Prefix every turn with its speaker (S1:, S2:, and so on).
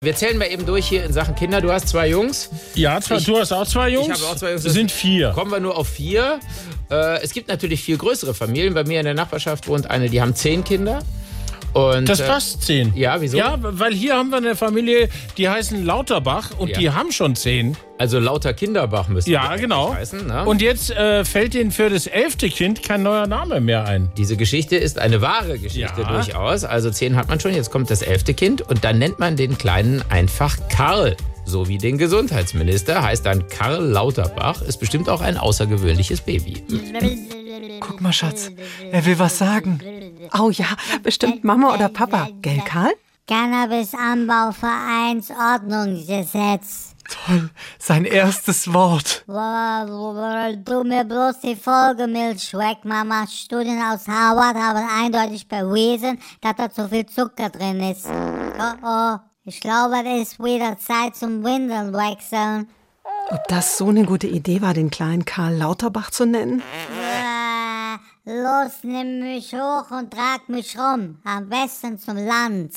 S1: Wir zählen mal eben durch hier in Sachen Kinder. Du hast zwei Jungs.
S2: Ja, zwei,
S1: Ich-
S2: du hast auch zwei Jungs.
S1: habe auch zwei Jungs.
S2: Das sind vier.
S1: Kommen wir nur auf vier. Äh, es gibt natürlich viel größere Familien. Bei mir in der Nachbarschaft wohnt eine, die haben zehn Kinder. Und,
S2: Das
S1: äh,
S2: passt zehn.
S1: Ja, wieso?
S2: Ja, weil hier haben wir eine Familie, die heißen Lauterbach und
S1: Ja.
S2: die haben schon zehn.
S1: Also lauter Kinderbach müssen die
S2: Ja,
S1: eigentlich
S2: genau.
S1: heißen. Ne?
S2: Und jetzt äh, fällt ihnen für das elfte Kind kein neuer Name mehr ein.
S1: diese Geschichte ist eine wahre Geschichte
S2: Ja.
S1: durchaus. Also zehn hat man schon, jetzt kommt das elfte Kind und dann nennt man den Kleinen einfach Karl. So wie den Gesundheitsminister, heißt dann Karl Lauterbach, ist bestimmt auch ein außergewöhnliches Baby.
S3: Guck mal, Schatz. Er will was sagen.
S4: Oh ja, bestimmt Mama oder Papa. Gell, Karl?
S3: Cannabisanbauvereinsordnungsgesetz.
S4: Toll. Sein erstes Wort.
S3: Du mir bloß die Folgemilch weg, Mama. Studien aus Harvard haben eindeutig bewiesen, dass da zu viel Zucker drin ist. Oh oh, ich glaube, es ist wieder Zeit zum Windeln wechseln.
S4: Ob das so eine gute Idee war, den kleinen Karl Lauterbach zu nennen?
S3: Äh, Los, nimm mich hoch und trag mich rum. Am besten zum Land.